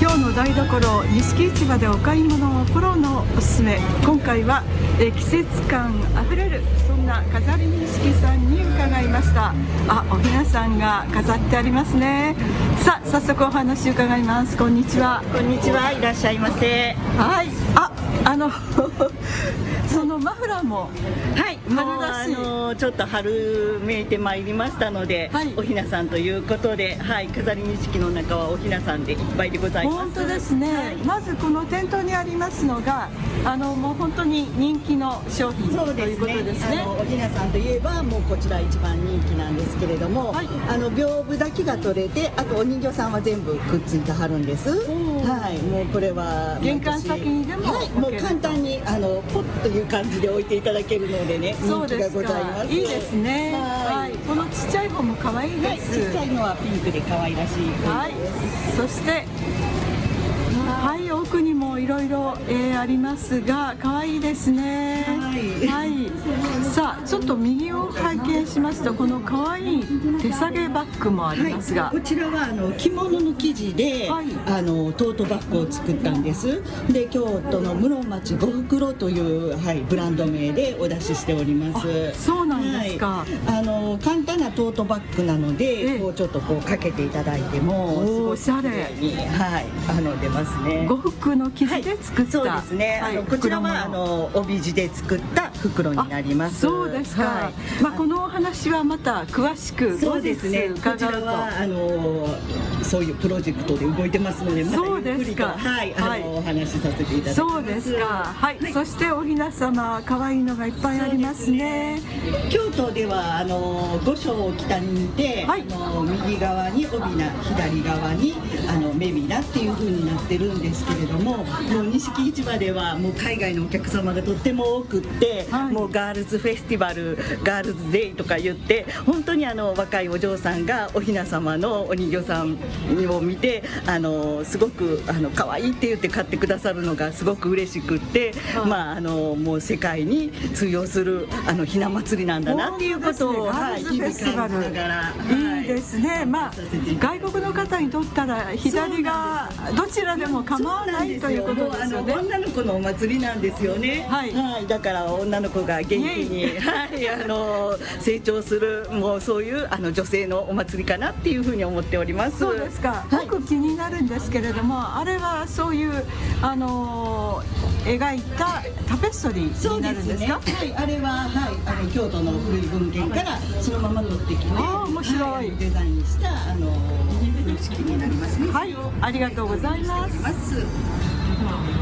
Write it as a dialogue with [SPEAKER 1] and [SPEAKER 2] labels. [SPEAKER 1] 京の台所錦市場でお買い物をプロのおすすめ今回はえ季節感あふれるそんな飾り錦さんに伺いましたあおひなさんが飾ってありますねさあ早速お話伺いますこんにちは
[SPEAKER 2] こんにちは、いらっしゃいませ。
[SPEAKER 1] はいああの そのマフラーも
[SPEAKER 2] はい、もうあ
[SPEAKER 1] 春らしい
[SPEAKER 2] のちょっと春めいてまいりましたので、
[SPEAKER 1] はい
[SPEAKER 2] おひなさんということで、はい、飾り錦の中はおひなさんでいっぱいでございます。
[SPEAKER 1] 本当ですね、
[SPEAKER 2] はい
[SPEAKER 1] まずこの店頭にありますのがあのもう本当に人気の商品
[SPEAKER 3] そ
[SPEAKER 1] と
[SPEAKER 3] うで
[SPEAKER 1] いう
[SPEAKER 3] す
[SPEAKER 1] こと
[SPEAKER 3] ね
[SPEAKER 1] ですね
[SPEAKER 3] あのおひなさんといえばもうこちら一番人気なんですけれども、
[SPEAKER 1] はい
[SPEAKER 3] あの屏風だけが取れてあとお人形さんは全部くっついてはるんです
[SPEAKER 1] ー
[SPEAKER 3] はいもうこれは
[SPEAKER 1] 玄関先にでも
[SPEAKER 3] はい、もう簡単にあのポッという感じで置いていただけるのでね
[SPEAKER 1] そう
[SPEAKER 3] 人気
[SPEAKER 1] で
[SPEAKER 3] が
[SPEAKER 1] す
[SPEAKER 3] ございま
[SPEAKER 1] か
[SPEAKER 3] す
[SPEAKER 1] いいですねは、
[SPEAKER 3] はいい
[SPEAKER 1] このちっちゃい方も可愛い
[SPEAKER 3] は
[SPEAKER 1] で
[SPEAKER 3] い、
[SPEAKER 1] す
[SPEAKER 3] ちっちゃいのはピンクで可愛らしい
[SPEAKER 1] はい、そしてはい奥にもいろいろありますが可愛いですね
[SPEAKER 3] はい
[SPEAKER 1] はいさあちょっと右を拝見しますとこの可愛い手提げバッグもありますが、
[SPEAKER 3] はい、こちらはあの着物の生地で、
[SPEAKER 1] はい
[SPEAKER 3] あのトートバッグを作ったんですで京都の室町五袋という、はい、ブランド名でお出ししております
[SPEAKER 1] あそうなんですか
[SPEAKER 3] はいあの簡単なトートバッグなの
[SPEAKER 1] ええ
[SPEAKER 3] でこうちょっとこうかけていただいても
[SPEAKER 1] おー
[SPEAKER 3] すごい
[SPEAKER 1] おしゃれ
[SPEAKER 3] 綺麗に、はい、あの出ますね
[SPEAKER 1] 呉服の生地で作った、
[SPEAKER 3] そうですね、あのこちら
[SPEAKER 1] 袋物
[SPEAKER 3] はあの帯地で作った袋になります
[SPEAKER 1] そうですか、
[SPEAKER 3] はい
[SPEAKER 1] まあ、このお話はまた詳しく
[SPEAKER 3] そうですね。
[SPEAKER 1] 後日
[SPEAKER 3] こち
[SPEAKER 1] 伺
[SPEAKER 3] ら
[SPEAKER 1] う
[SPEAKER 3] は
[SPEAKER 1] と
[SPEAKER 3] あのそういうプロジェクトで動いてますので、また
[SPEAKER 1] そう
[SPEAKER 3] ゆ
[SPEAKER 1] で
[SPEAKER 3] っく
[SPEAKER 1] す
[SPEAKER 3] りと
[SPEAKER 1] か
[SPEAKER 3] はい、
[SPEAKER 1] はい
[SPEAKER 3] あのお話しさせていただきます。
[SPEAKER 1] そうですかはい、そしておひな様可愛いのがいっぱいありますね
[SPEAKER 3] 京都ではあの五所を北に見て、
[SPEAKER 1] はい
[SPEAKER 3] あの右側に帯名、左側にあのメビ名っていう風になってるんですけれども、もう錦市場ではもう海外のお客様がとっても多くって、
[SPEAKER 1] はい
[SPEAKER 3] もうガールズフェスティバル、ガールズデイとか言って、本当にあの若いお嬢さんがお雛様のお人形さんを見て、あのすごくあの可愛いって言って買ってくださるのがすごく嬉しくって、
[SPEAKER 1] はい
[SPEAKER 3] まああのもう世界に通用するあの雛祭りなんだなっていうことを、
[SPEAKER 1] ガー
[SPEAKER 3] はい、
[SPEAKER 1] ル
[SPEAKER 3] 日
[SPEAKER 1] ズフェ
[SPEAKER 3] 々
[SPEAKER 1] スティバ
[SPEAKER 3] 感
[SPEAKER 1] ル
[SPEAKER 3] じながら、はい
[SPEAKER 1] いですね、まあ、外国の方にとったら左がどちらでも構わないということですよね
[SPEAKER 3] もうあの女の子のお祭りなんですよね。
[SPEAKER 1] はい
[SPEAKER 3] だから女の子が元気
[SPEAKER 1] イ
[SPEAKER 3] に、はい、あの成長するもうそういうあの女性のお祭りかなっていうふうに思っております。
[SPEAKER 1] そうですか、
[SPEAKER 3] はい
[SPEAKER 1] よく気になるんですけれどもあれはそういう、あのー描いたタペストリー
[SPEAKER 3] そう
[SPEAKER 1] にな
[SPEAKER 3] で
[SPEAKER 1] るん
[SPEAKER 3] す
[SPEAKER 1] です
[SPEAKER 3] ね。
[SPEAKER 1] か
[SPEAKER 3] はい、あれははい、あの京都の古い文献からそのまま取ってきて、
[SPEAKER 1] あー面白い
[SPEAKER 3] はデザインしたあの風式になりますね。
[SPEAKER 1] はい、ありがとうございます
[SPEAKER 3] ます。